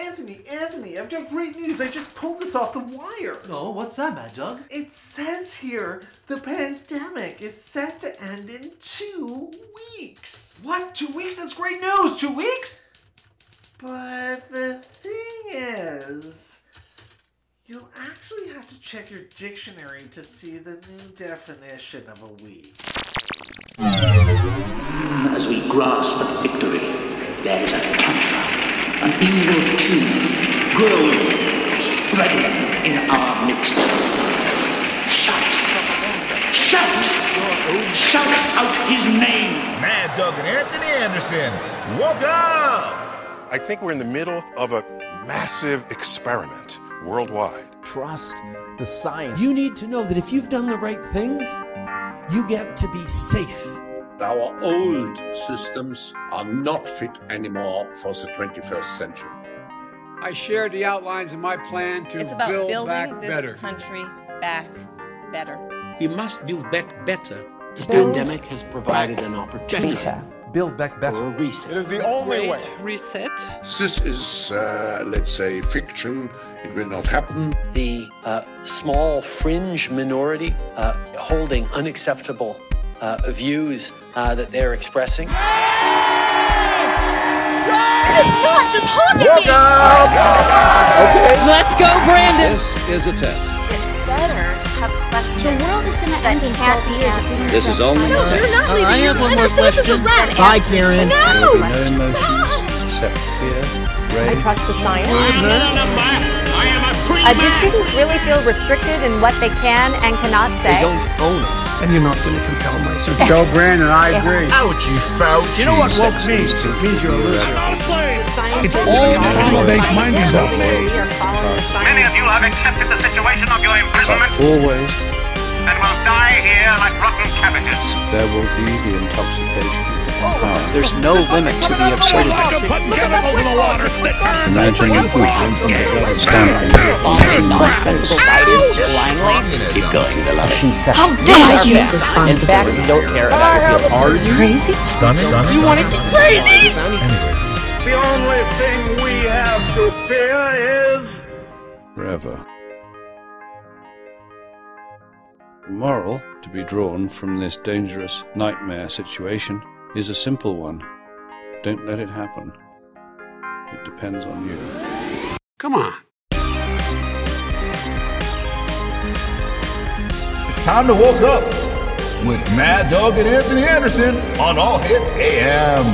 Anthony, Anthony, I've got great news. I just pulled this off the wire. No, what's that, Mad Dog? It says here the pandemic is set to end in two weeks. What? Two weeks? That's great news! Two weeks? But the thing is, you'll actually have to check your dictionary to see the new definition of a week. As we grasp at victory, there is a cancer, an evil tumor, growing, spreading in our midst. Shout! Shout! Shout out his name! Mad Dog and Anthony Anderson, woke up! I think we're in the middle of a massive experiment worldwide. trust the science. You need to know that if you've done the right things, you get to be safe. Our old systems are not fit anymore for the 21st century. I shared the outlines of my plan to It's about build building back this better. country back better. We must build back better. The pandemic has provided an opportunity Build back better. for a reset. is the only way. Reset. This is, uh, let's say, fiction. It will not happen. the uh, small fringe minority uh, holding unacceptable uh, views uh, that they're expressing. Not just hug at Woke me. up! Let's go, Brandon. This is a test. It's better to have questions. The world is going to end in can't be answered. This is only No, you're not leaving. I have You one more understand this is a rat question. Bye, answer. Karen. No. Right. Trust the science. Uh, do students really feel restricted in what they can and cannot say? Don't own us. And you're not going to compel my Joe Brandon, I agree. Ouchie Fauci. You know what woke me? means you're a loser. It's all trauma-based mindings out there. Many of you have accepted the situation of your imprisonment Uh, Always and will die here like rotten cabbages. there will be the intoxication. Oh, There's no limit to the absurdity. Nonsensical guidance blindly. Keep going, How dare you! And facts don't care about if you're crazy. Stunning. You want it crazy? Anyway. The only thing we have to fear is. Forever. Moral to be drawn from this dangerous nightmare situation is a simple one. Don't let it happen. It depends on you. Come on. It's time to woke up with Mad Dog and Anthony Anderson on All Hits AM.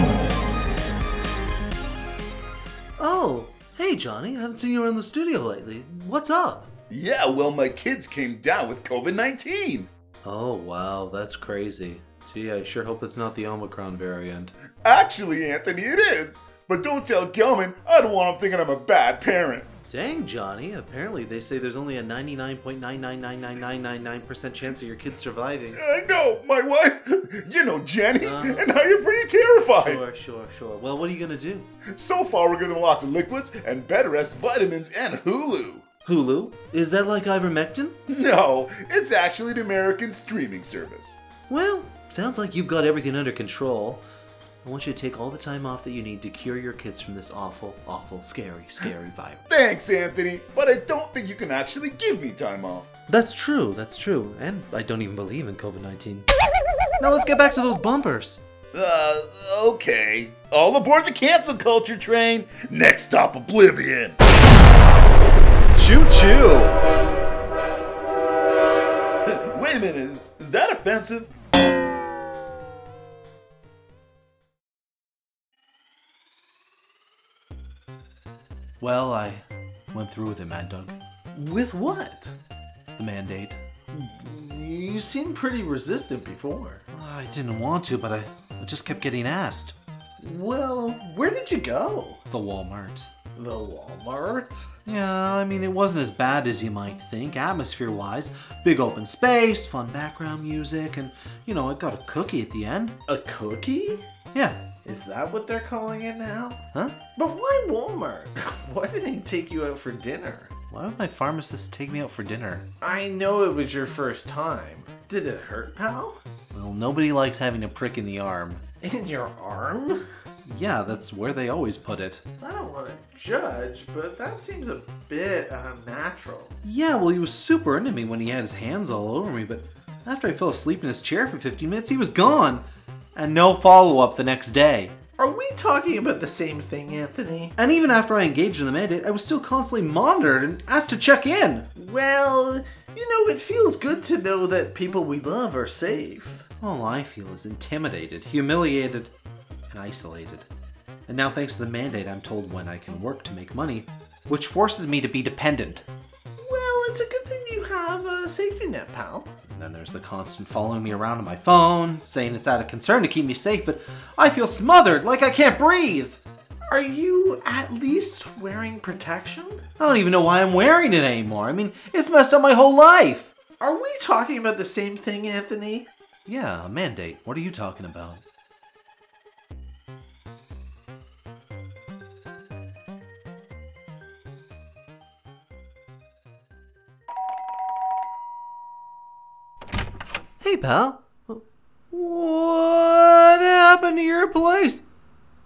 Oh, hey, Johnny. I haven't seen you around the studio lately. What's up? Yeah, well, my kids came down with COVID 19. Oh, wow. That's crazy. Gee, I sure hope it's not the Omicron variant. Actually, Anthony, it is. But don't tell Gelman, I don't want him thinking I'm a bad parent. Dang, Johnny. Apparently, they say there's only a 99.9999999% chance of your kids surviving. I know, my wife, you know Jenny, Uh-huh. and I am pretty terrified. Sure, sure, sure. Well, what are you gonna do? So far, we're giving them lots of liquids and better as vitamins and Hulu. Hulu? Is that like ivermectin? No, it's actually an American streaming service. Well, sounds like you've got everything under control. I want you to take all the time off that you need to cure your kids from this awful, awful, scary, scary virus. Thanks, Anthony, but I don't think you can actually give me time off. That's true, that's true. And I don't even believe in COVID 19. Now let's get back to those bumpers. Uh, okay. All aboard the cancel culture train. Next stop, Oblivion. Choo choo. Wait a minute, is, is that offensive? Well, I went through with it, Mad Dog. With what? The mandate. You seemed pretty resistant before. I didn't want to, but I, I just kept getting asked. Well, where did you go? The Walmart. The Walmart? Yeah, I mean, it wasn't as bad as you might think, atmosphere wise. Big open space, fun background music, and, you know, I got a cookie at the end. A cookie? Yeah. Is that what they're calling it now? Huh? But why Walmart? Why did they take you out for dinner? Why would my pharmacist take me out for dinner? I know it was your first time. Did it hurt, pal? Well, nobody likes having a prick in the arm. In your arm? Yeah, that's where they always put it. I don't want to judge, but that seems a bit uh, unnatural. Yeah, well, he was super into me when he had his hands all over me, but after I fell asleep in his chair for 15 minutes, he was gone. And no follow up the next day. Are we talking about the same thing, Anthony? And even after I engaged in the mandate, I was still constantly monitored and asked to check in. Well, you know, it feels good to know that people we love are safe. All I feel is intimidated, humiliated, and isolated. And now, thanks to the mandate, I'm told when I can work to make money, which forces me to be dependent. Well, it's a good thing you have a safety net, pal. And then there's the constant following me around on my phone, saying it's out of concern to keep me safe, but I feel smothered, like I can't breathe. Are you at least wearing protection? I don't even know why I'm wearing it anymore. I mean, it's messed up my whole life. Are we talking about the same thing, Anthony? Yeah, a mandate. What are you talking about? Hey, pal. What happened to your place?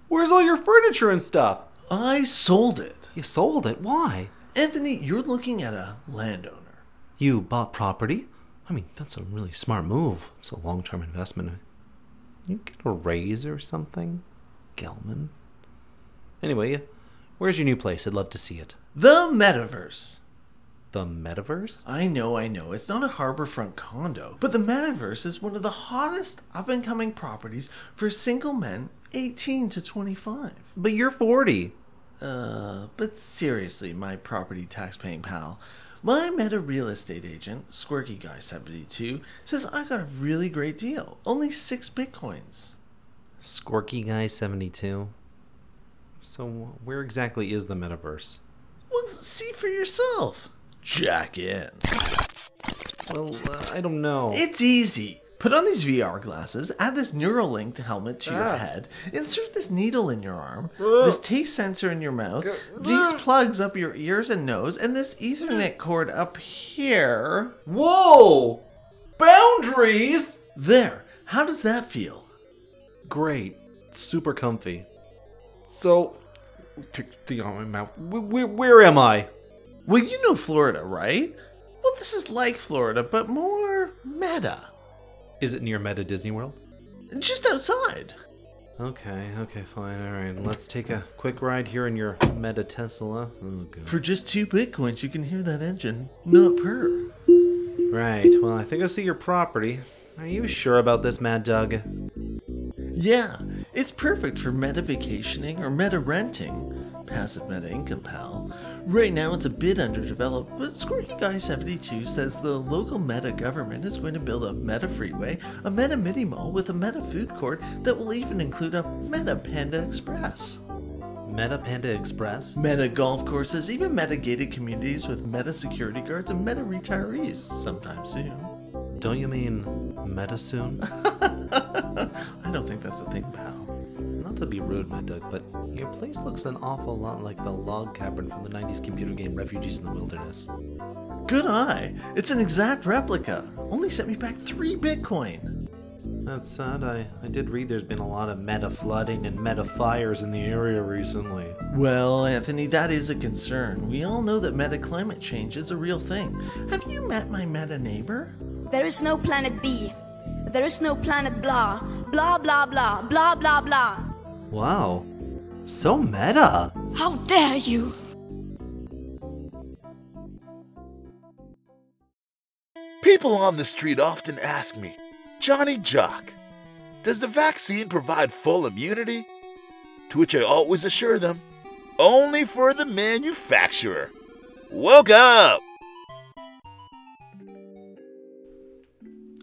Where's all your furniture and stuff? I sold it. You sold it? Why? Anthony, you're looking at a landowner. You bought property? I mean, that's a really smart move. It's a long term investment. You get a raise or something? Gelman? Anyway, where's your new place? I'd love to see it. The metaverse. The metaverse? I know, I know. It's not a harborfront condo, but the metaverse is one of the hottest up and coming properties for single men 18 to 25. But you're 40. Uh, but seriously, my property tax paying pal. My meta real estate agent, Squirky Guy 72, says I got a really great deal. Only 6 bitcoins. Squirky Guy 72. So, where exactly is the metaverse? Well, see for yourself jack in. Well, uh, I don't know. It's easy. Put on these VR glasses, add this Neuralink helmet to ah. your head, insert this needle in your arm, Ugh. this taste sensor in your mouth, Ugh. these plugs up your ears and nose, and this Ethernet cord up here. Whoa! Boundaries! There. How does that feel? Great. It's super comfy. So, take the thing out my mouth. Where, where, where am I? Well, you know Florida, right? Well, this is like Florida, but more meta. Is it near Meta Disney World? Just outside. Okay, okay, fine. All right, let's take a quick ride here in your Meta Tesla. Oh, For just two bitcoins, you can hear that engine not purr. Right. Well, I think I see your property. Are you sure about this, Mad Doug? Yeah, it's perfect for meta vacationing or meta renting. Passive meta income, pal. Right now it's a bit underdeveloped, but Squirky Guy 72 says the local meta government is going to build a meta freeway, a meta mini mall with a meta food court that will even include a meta Panda Express. Meta Panda Express? Meta golf courses, even meta gated communities with meta security guards and meta retirees sometime soon. Don't you mean meta soon? I don't think that's the thing, pal. Not to be rude, my Doug, but your place looks an awful lot like the log cabin from the 90s computer game Refugees in the Wilderness. Good eye! It's an exact replica! Only sent me back three Bitcoin! That's sad. I, I did read there's been a lot of meta flooding and meta fires in the area recently. Well, Anthony, that is a concern. We all know that meta climate change is a real thing. Have you met my meta neighbor? There is no planet B. There is no planet blah. Blah, blah, blah. Blah, blah, blah. Wow. So meta. How dare you! People on the street often ask me, Johnny Jock, does the vaccine provide full immunity? To which I always assure them, only for the manufacturer. Woke up!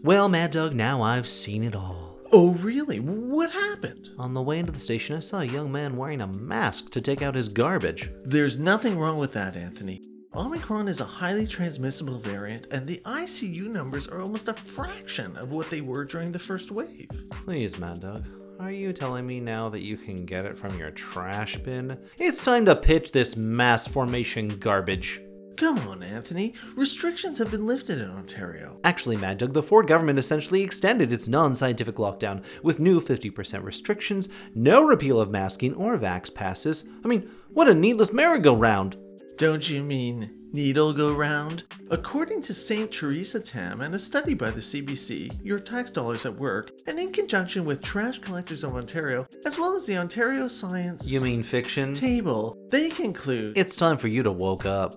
Well, Mad Dog, now I've seen it all. Oh, really? What happened? On the way into the station, I saw a young man wearing a mask to take out his garbage. There's nothing wrong with that, Anthony. Omicron is a highly transmissible variant, and the ICU numbers are almost a fraction of what they were during the first wave. Please, Mad Dog, are you telling me now that you can get it from your trash bin? It's time to pitch this mass formation garbage. Come on, Anthony. Restrictions have been lifted in Ontario. Actually, Mad Dog, the Ford government essentially extended its non scientific lockdown with new 50% restrictions, no repeal of masking or vax passes. I mean, what a needless merry go round! Don't you mean needle go round? According to St. Teresa Tam and a study by the CBC, Your Tax Dollars at Work, and in conjunction with Trash Collectors of Ontario, as well as the Ontario Science You mean fiction? Table, they conclude It's time for you to woke up.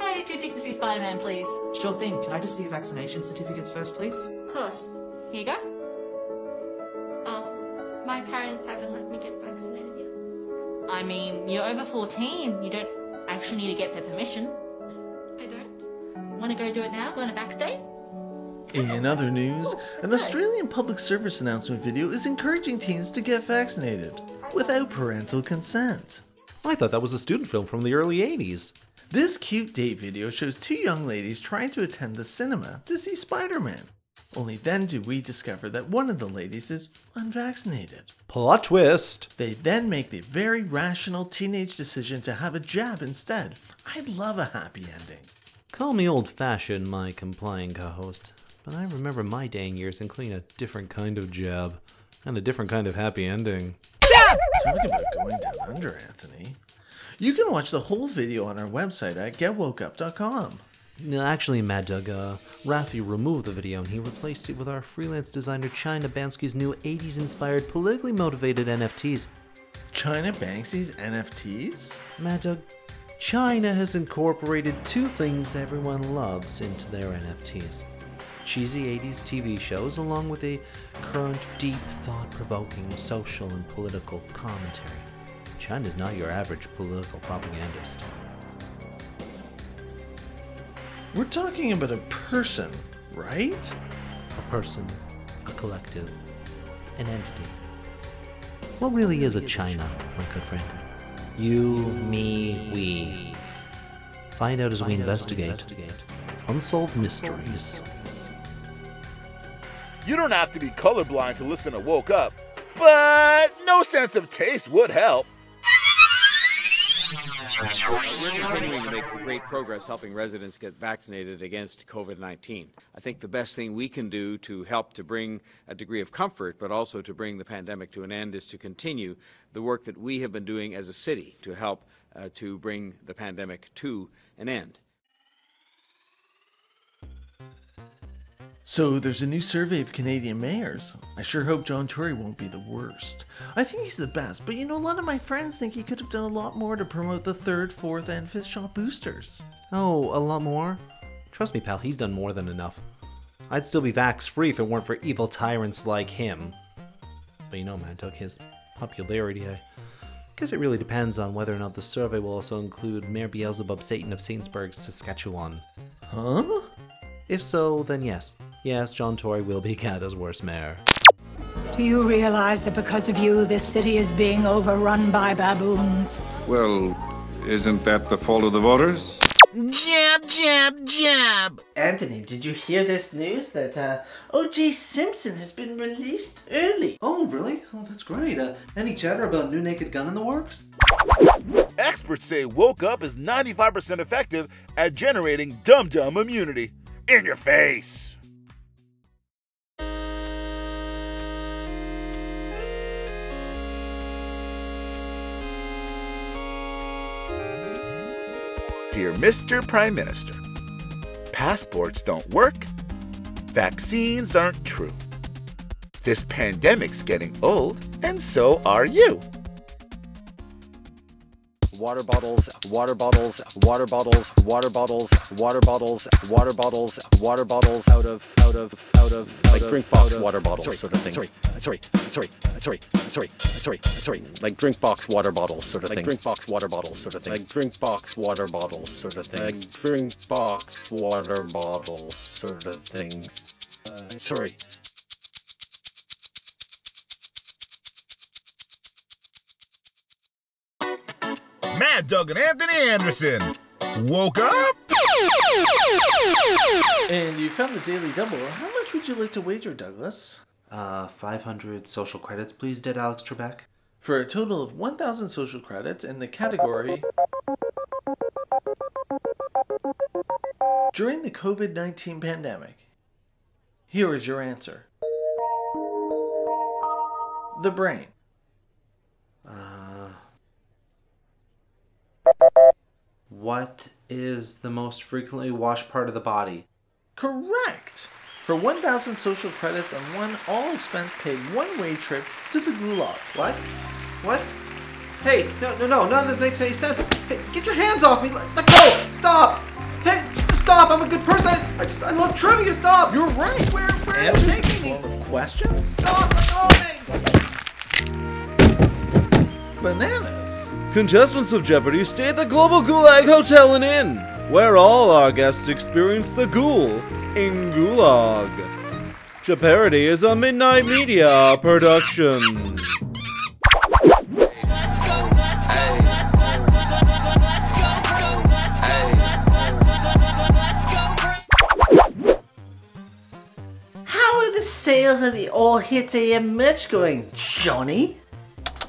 Hey, 263 Spider Man, please. Sure thing. Can I just see your vaccination certificates first, please? Of course. Here you go. Oh, my parents haven't let me get vaccinated yet. I mean, you're over 14. You don't actually need to get their permission. I don't. Want to go do it now? Go on a backstage? In other news, an Australian public service announcement video is encouraging teens to get vaccinated without parental consent. I thought that was a student film from the early 80s. This cute date video shows two young ladies trying to attend the cinema to see Spider Man. Only then do we discover that one of the ladies is unvaccinated. Plot twist! They then make the very rational teenage decision to have a jab instead. I love a happy ending. Call me old fashioned, my complying co host, but I remember my dang years including a different kind of jab and a different kind of happy ending. Talk about going down under, Anthony. You can watch the whole video on our website at getwokeup.com. No, actually, Mad Dog, uh, Rafi removed the video and he replaced it with our freelance designer China Bansky's new 80s inspired, politically motivated NFTs. China Banksy's NFTs? Mad Dog, China has incorporated two things everyone loves into their NFTs cheesy 80s TV shows, along with a current, deep, thought provoking social and political commentary. China's not your average political propagandist. We're talking about a person, right? a person, a collective, an entity. What really is a China, my good friend? You, me, we. Find out as we investigate unsolved mysteries. You don't have to be colorblind to listen to Woke Up, but no sense of taste would help. We're continuing to make great progress helping residents get vaccinated against COVID 19. I think the best thing we can do to help to bring a degree of comfort, but also to bring the pandemic to an end, is to continue the work that we have been doing as a city to help uh, to bring the pandemic to an end. So there's a new survey of Canadian mayors. I sure hope John Tory won't be the worst. I think he's the best, but you know, a lot of my friends think he could have done a lot more to promote the third, fourth, and fifth shot boosters. Oh, a lot more? Trust me, pal, he's done more than enough. I'd still be vax free if it weren't for evil tyrants like him. But you know, man, Doug, his popularity, I guess it really depends on whether or not the survey will also include Mayor Beelzebub Satan of Sainsbury, Saskatchewan. Huh? If so, then yes. Yes, John Tory will be Canada's worst mayor. Do you realize that because of you, this city is being overrun by baboons? Well, isn't that the fault of the voters? Jab, jab, jab. Anthony, did you hear this news that uh, O.J. Simpson has been released early? Oh, really? Oh, that's great. Uh, any chatter about New Naked Gun in the works? Experts say Woke Up is 95% effective at generating dum dum immunity. In your face! Dear Mr. Prime Minister, passports don't work, vaccines aren't true. This pandemic's getting old, and so are you. water bottles, water bottles, water bottles, water bottles, water bottles, water bottles, water bottles out of out of out of Like drink box water bottles sorry, sort of things. Sorry, sorry, sorry, sorry, sorry, sorry, sorry. Like drink box water bottles sort of Like things. drink box water bottles sort of things. Like drink box water bottles sort of things. Like drink box water bottles sort of things. Uh, sorry. Mad Dog and Anthony Anderson. Woke up? And you found the Daily Double. How much would you like to wager, Douglas? Uh, 500 social credits, please, dead Alex Trebek. for a total of 1,000 social credits in the category. During the COVID 19 pandemic, here is your answer The brain. Uh, what is the most frequently washed part of the body? Correct! For 1,000 social credits on one all expense paid one way trip to the gulag. What? What? Hey, no, no, no, none of this makes any sense. Hey, get your hands off me! Let, let go! Stop! Hey, just stop! I'm a good person! I, I just, I love trivia! Stop! You're right! Where, where are you Answers in taking me? form of questions? Stop! Let go of me! Bananas! Contestants of Jeopardy stay at the Global Gulag Hotel and Inn, where all our guests experience the ghoul in Gulag. Jeopardy is a Midnight Media production. How are the sales of the All Hits AM merch going, Johnny?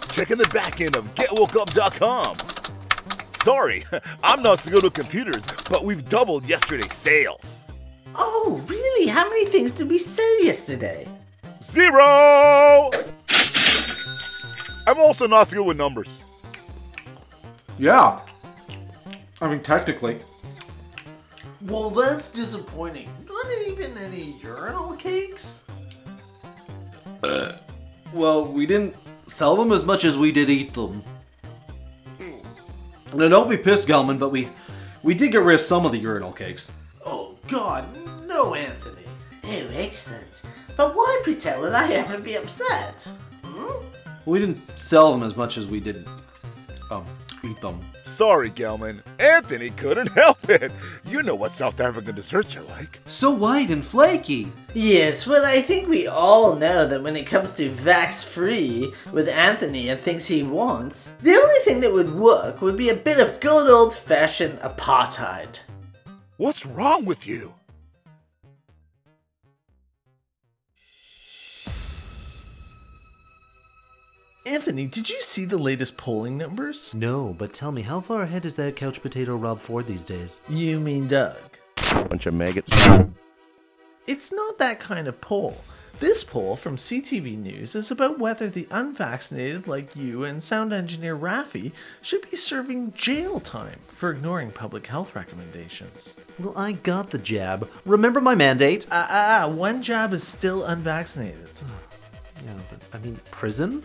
Checking the back end of getwokeup.com. Sorry, I'm not so good with computers, but we've doubled yesterday's sales. Oh, really? How many things did we sell yesterday? Zero! I'm also not so good with numbers. Yeah. I mean, technically. Well, that's disappointing. Not even any urinal cakes? Well, we didn't sell them as much as we did eat them. Now, don't be pissed, Gelman, but we we did get rid of some of the urinal cakes. Oh, God, no, Anthony. Oh, excellent. But why pretend that I haven't been upset? Hmm? We didn't sell them as much as we did um, eat them. Sorry, Gelman. Anthony couldn't help it. You know what South African desserts are like. So white and flaky. Yes, well, I think we all know that when it comes to vax free with Anthony and things he wants, the only thing that would work would be a bit of good old fashioned apartheid. What's wrong with you? Anthony, did you see the latest polling numbers? No, but tell me, how far ahead is that couch potato Rob Ford these days? You mean Doug? Bunch of maggots. It's not that kind of poll. This poll from CTV News is about whether the unvaccinated like you and sound engineer Rafi should be serving jail time for ignoring public health recommendations. Well, I got the jab. Remember my mandate? Ah, ah, ah, one job is still unvaccinated. Yeah, but I mean, prison?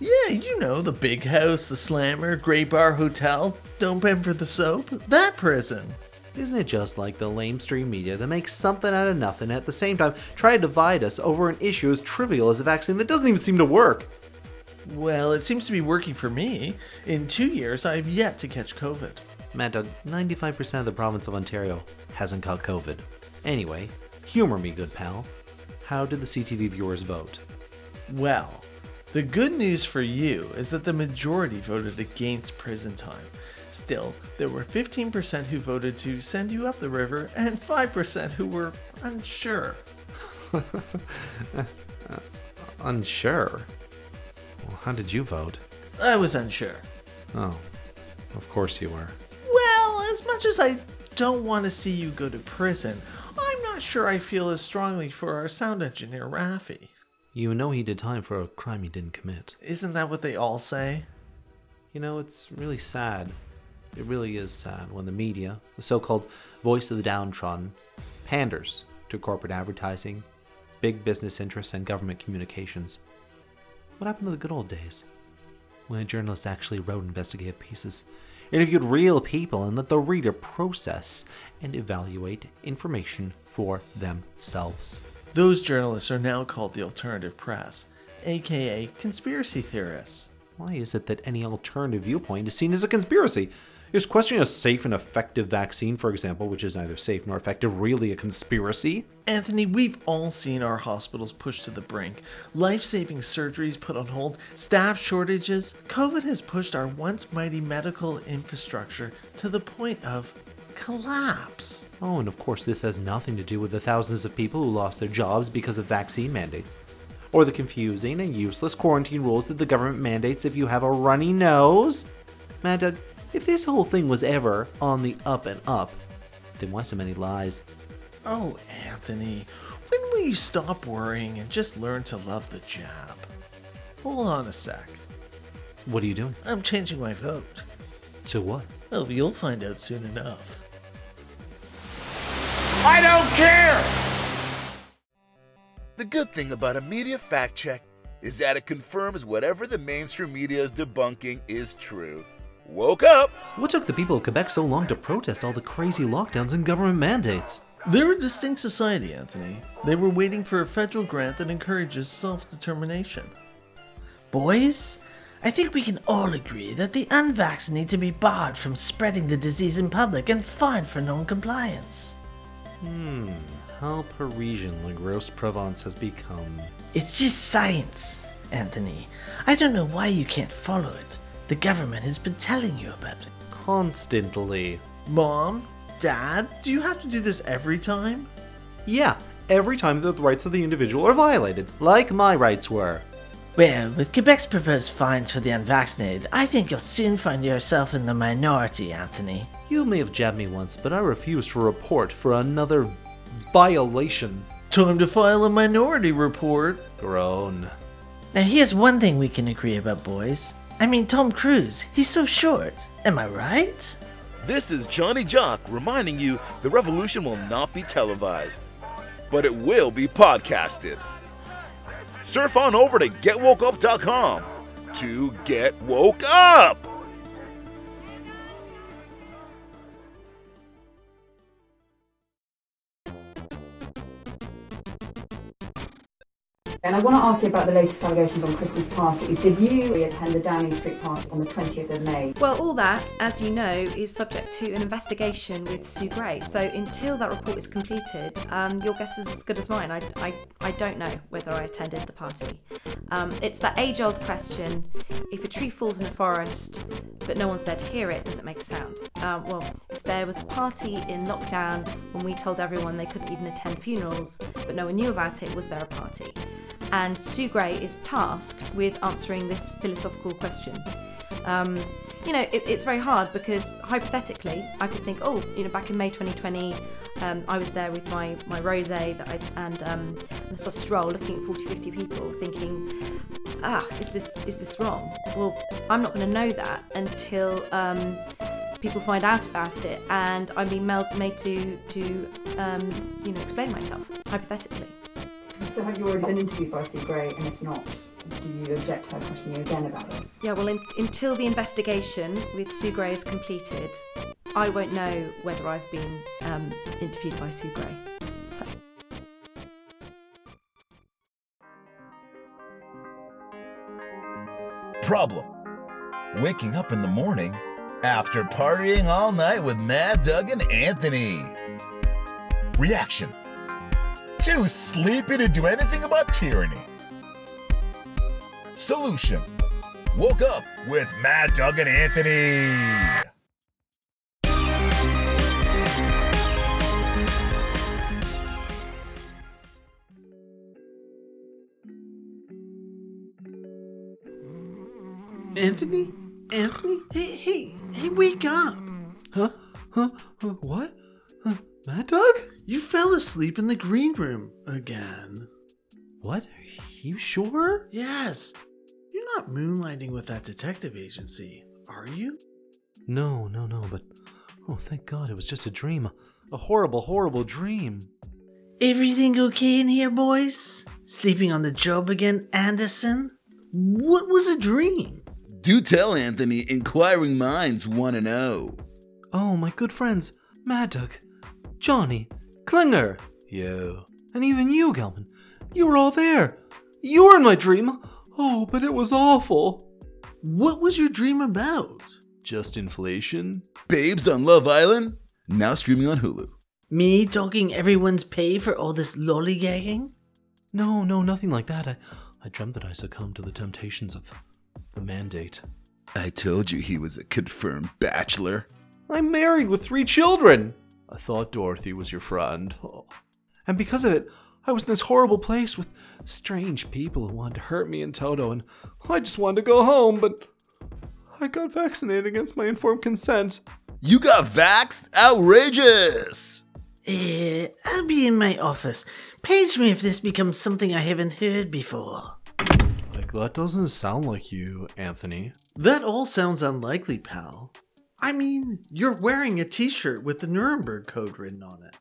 Yeah, you know, the big house, the slammer, Grey Bar Hotel, don't bend for the soap, that prison. Isn't it just like the lamestream media that makes something out of nothing at the same time try to divide us over an issue as trivial as a vaccine that doesn't even seem to work? Well, it seems to be working for me. In two years, I have yet to catch COVID. Mad Dog, 95% of the province of Ontario hasn't caught COVID. Anyway, humor me, good pal. How did the CTV viewers vote? Well, the good news for you is that the majority voted against prison time. Still, there were 15% who voted to send you up the river and 5% who were unsure. Unsure. Well, how did you vote? I was unsure. Oh, of course you were. Well, as much as I don't want to see you go to prison, I'm not sure I feel as strongly for our sound engineer, Rafi. You know he did time for a crime he didn't commit. Isn't that what they all say? You know, it's really sad. It really is sad when the media, the so called voice of the downtrodden, panders to corporate advertising, big business interests, and government communications. What happened to the good old days? When journalists actually wrote investigative pieces, interviewed real people, and let the reader process and evaluate information for themselves. Those journalists are now called the alternative press, aka conspiracy theorists. Why is it that any alternative viewpoint is seen as a conspiracy? Is questioning a safe and effective vaccine, for example, which is neither safe nor effective, really a conspiracy? Anthony, we've all seen our hospitals pushed to the brink, life saving surgeries put on hold, staff shortages. COVID has pushed our once mighty medical infrastructure to the point of collapse. Oh, and of course, this has nothing to do with the thousands of people who lost their jobs because of vaccine mandates. or the confusing and useless quarantine rules that the government mandates if you have a runny nose. Mad Dog, if this whole thing was ever on the up and up, then why so many lies? Oh, Anthony, when will you stop worrying and just learn to love the job? Hold on a sec. What are you doing? I'm changing my vote. To what? Oh, you'll find out soon enough. I don't care! The good thing about a media fact check is that it confirms whatever the mainstream media is debunking is true. Woke up! What took the people of Quebec so long to protest all the crazy lockdowns and government mandates? They're a distinct society, Anthony. They were waiting for a federal grant that encourages self determination. Boys, I think we can all agree that the unvaxxed need to be barred from spreading the disease in public and fined for non compliance. Hmm, how Parisian La Grosse Provence has become. It's just science, Anthony. I don't know why you can't follow it. The government has been telling you about it. Constantly. Mom, Dad, do you have to do this every time? Yeah, every time that the rights of the individual are violated, like my rights were. Well, with Quebec's proposed fines for the unvaccinated, I think you'll soon find yourself in the minority, Anthony. You may have jabbed me once, but I refuse to report for another violation. Time to file a minority report. Groan. Now, here's one thing we can agree about, boys. I mean, Tom Cruise, he's so short. Am I right? This is Johnny Jock reminding you the revolution will not be televised, but it will be podcasted. Surf on over to getwokeup.com to get woke up. And I want to ask you about the latest allegations on Christmas parties. Did you attend the Downing Street party on the 20th of May? Well, all that, as you know, is subject to an investigation with Sue Gray. So until that report is completed, um, your guess is as good as mine. I, I, I don't know whether I attended the party. Um, it's that age old question if a tree falls in a forest but no one's there to hear it, does it make a sound? Um, well, if there was a party in lockdown when we told everyone they couldn't even attend funerals but no one knew about it, was there a party? and Sue Gray is tasked with answering this philosophical question. Um, you know, it, it's very hard because hypothetically, I could think, oh, you know, back in May 2020, um, I was there with my, my rosé that I, and um, a sausage roll, looking at 40, 50 people, thinking, ah, is this is this wrong? Well, I'm not going to know that until um, people find out about it, and I'm being mel- made to to um, you know explain myself hypothetically. So have you already been interviewed by Sue Gray? And if not, do you object to her questioning you again about this? Yeah, well, in, until the investigation with Sue Gray is completed, I won't know whether I've been um, interviewed by Sue Gray. So. Problem. Waking up in the morning after partying all night with Mad Doug and Anthony. Reaction. Too sleepy to do anything about tyranny. Solution. Woke up with Mad Doug and Anthony. Anthony? Anthony? Hey, hey, hey, wake up! Huh? Huh? Huh? What? Huh? Mad Dog? You fell asleep in the green room again. What? Are you sure? Yes. You're not moonlighting with that detective agency, are you? No, no, no, but. Oh, thank God, it was just a dream. A horrible, horrible dream. Everything okay in here, boys? Sleeping on the job again, Anderson? What was a dream? Do tell, Anthony. Inquiring minds want to know. Oh, my good friends, Mad Dog, Johnny, Klinger. Yo. And even you, Gelman. You were all there. You were in my dream. Oh, but it was awful. What was your dream about? Just inflation? Babes on Love Island, now streaming on Hulu. Me dogging everyone's pay for all this lollygagging? No, no, nothing like that. I, I dreamt that I succumbed to the temptations of the mandate. I told you he was a confirmed bachelor. I'm married with three children. I thought Dorothy was your friend. And because of it, I was in this horrible place with strange people who wanted to hurt me and Toto, and I just wanted to go home, but I got vaccinated against my informed consent. You got vaxxed? Outrageous! Eh, I'll be in my office. Page me if this becomes something I haven't heard before. Like, that doesn't sound like you, Anthony. That all sounds unlikely, pal. I mean, you're wearing a t shirt with the Nuremberg Code written on it.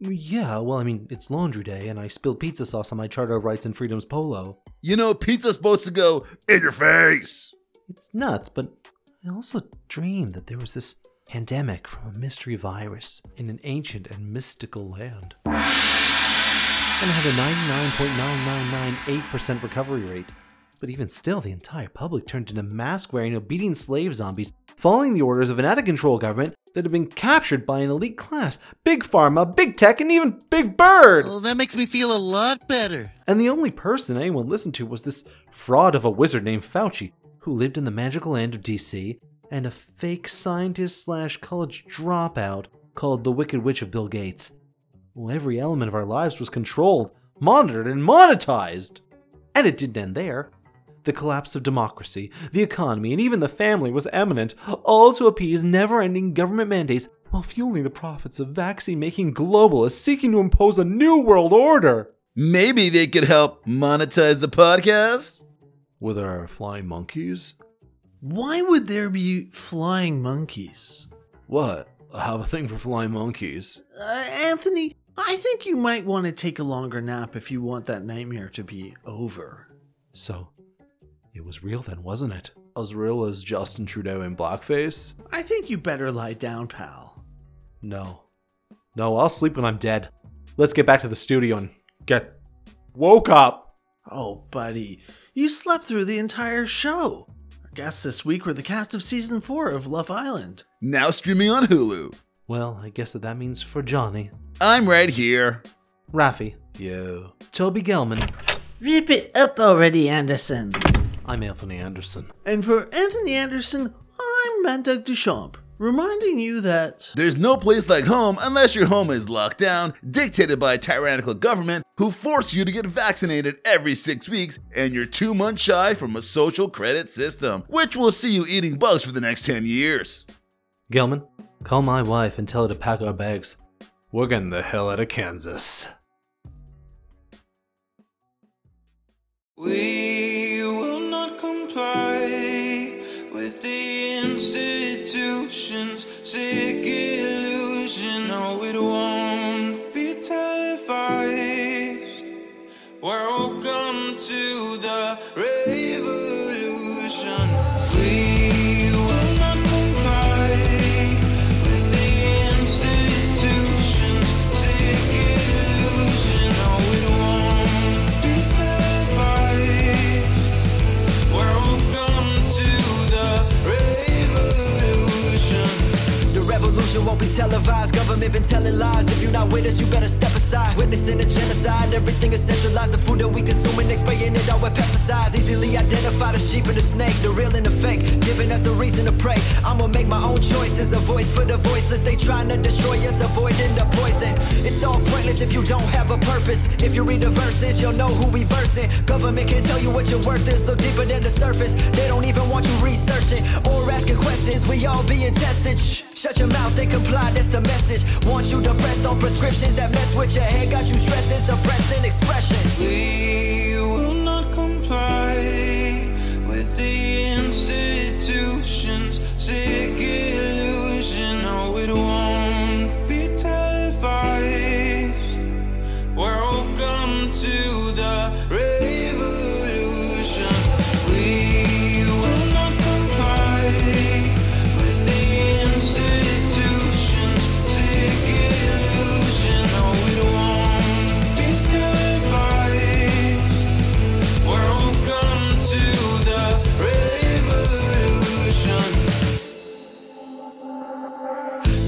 Yeah, well, I mean, it's laundry day, and I spilled pizza sauce on my Charter of Rights and Freedoms polo. You know, pizza's supposed to go in your face! It's nuts, but I also dreamed that there was this pandemic from a mystery virus in an ancient and mystical land. And had a 99.9998% recovery rate. But even still, the entire public turned into mask wearing, obedient slave zombies, following the orders of an out of control government that had been captured by an elite class Big Pharma, Big Tech, and even Big Bird! Well, that makes me feel a lot better. And the only person anyone listened to was this fraud of a wizard named Fauci, who lived in the magical land of DC, and a fake scientist slash college dropout called the Wicked Witch of Bill Gates. Well, every element of our lives was controlled, monitored, and monetized! And it didn't end there. The collapse of democracy, the economy, and even the family was imminent, all to appease never ending government mandates while fueling the profits of vaccine making globalists seeking to impose a new world order. Maybe they could help monetize the podcast? With our flying monkeys? Why would there be flying monkeys? What? I have a thing for flying monkeys. Uh, Anthony, I think you might want to take a longer nap if you want that nightmare to be over. So, it was real then, wasn't it? As real as Justin Trudeau in blackface? I think you better lie down, pal. No. No, I'll sleep when I'm dead. Let's get back to the studio and get woke up. Oh, buddy, you slept through the entire show. Our guests this week were the cast of season four of Love Island. Now streaming on Hulu. Well, I guess that that means for Johnny. I'm right here. Rafi. Yo. Toby Gelman. Rip it up already, Anderson. I'm Anthony Anderson. And for Anthony Anderson, I'm Mandoc Duchamp, reminding you that There's no place like home unless your home is locked down, dictated by a tyrannical government who force you to get vaccinated every six weeks, and you're two months shy from a social credit system, which will see you eating bugs for the next 10 years. Gelman, call my wife and tell her to pack our bags. We're getting the hell out of Kansas. We will not comply with the institution's sick illusion. No, it won't be televised. Welcome to the revolution. We will not comply with the institution's sick illusion. No, it won't be televised. Welcome to the revolution. The revolution won't be televised. Government been telling lies. If you're not with us, you better step aside. Witnessing a genocide, everything is centralized. The food that we consuming, they spraying it out with pesticides. Easily identify the sheep and the snake, the real and the fake, giving us a reason to pray. I'ma make my own choices. A voice for the voiceless. They trying to destroy us, avoiding the poison. It's all pointless if you don't have a purpose. If you read the verses, you'll know who we versing. Government can tell you what your worth is. Look deeper than the surface. They don't even want you researching or asking questions. We all being tested. Shh. Shut your mouth, they comply, that's the message. Want you depressed on prescriptions that mess with your head, got you stressing, suppressing expression. We will not comply with the institution's sick illusion. No, it won't be televised. Welcome to the revolution. We will not comply with the institution's sick illusion. No, it won't be televised. Welcome to the revolution.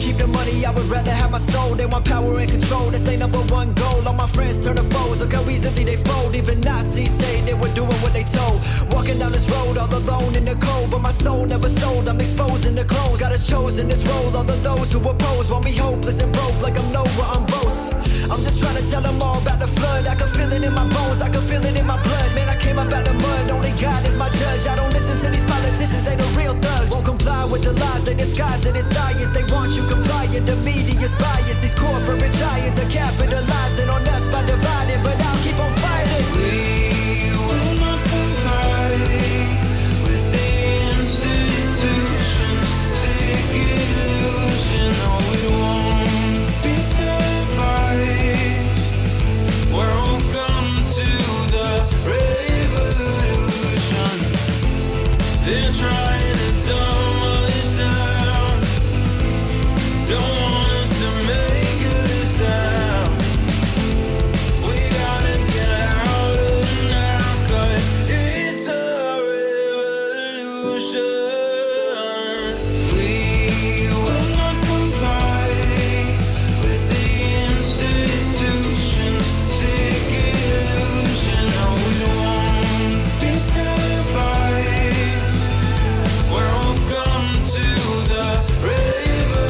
Keep the money, I would rather have my soul. They want power and control. That's their number one goal. All my friends turn to foes. Look how easily they fold. Even Nazis say they were doing what they told. Walking down this road all alone in the cold, but my soul never sold. I'm exposing the clones. God has chosen this role. All of those who oppose want me hopeless and broke, like I'm nowhere on boats. I'm just trying to tell them all about the flood. I can feel it in my bones. I can feel it in my blood. Man, I came up out the mud. Only God is my judge. I don't listen to these politicians. They the real thugs. Won't comply with the lies. They disguise it as science. They want you compliant. The media's bias. These corporate giants are capitalizing on us by dividing. But I'll keep on fighting. We will not comply with the institutions. Sick illusion, no, we won't be televised. We're come to the revolution. They're trying to dumb us down. Don't want us to make a sound. We gotta get out of now, 'cause it's a revolution. We will not comply with the institutions. Sick illusion, no, we won't be terrified. We're all come to the revolution.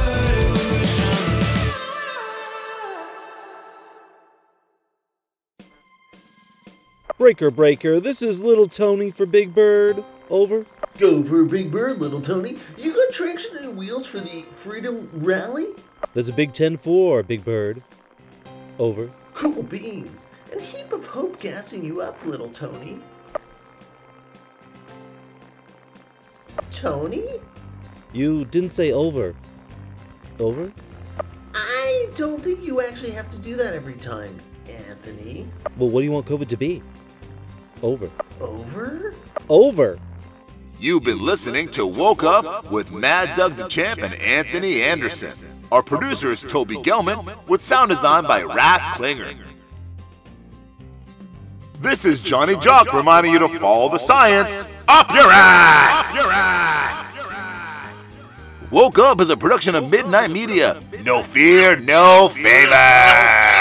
Breaker Breaker, this is Little Tony for Big Bird. Over. Go for a big bird, little Tony. You got traction and wheels for the Freedom Rally? That's a Big Ten 4, Big Bird. Over. Cool beans. And a heap of hope gassing you up, little Tony. Tony? You didn't say over. Over? I don't think you actually have to do that every time, Anthony. Well, what do you want COVID to be? Over. Over? Over. You've been listening to Woke Up with Mad Doug the Champ and Anthony Anderson. Our producer is Toby Gelman, with sound design by Raph Klinger. This is Johnny Jock reminding you to follow the science up your ass! Your ass! Woke Up is a production of Midnight Media. No fear, no favor.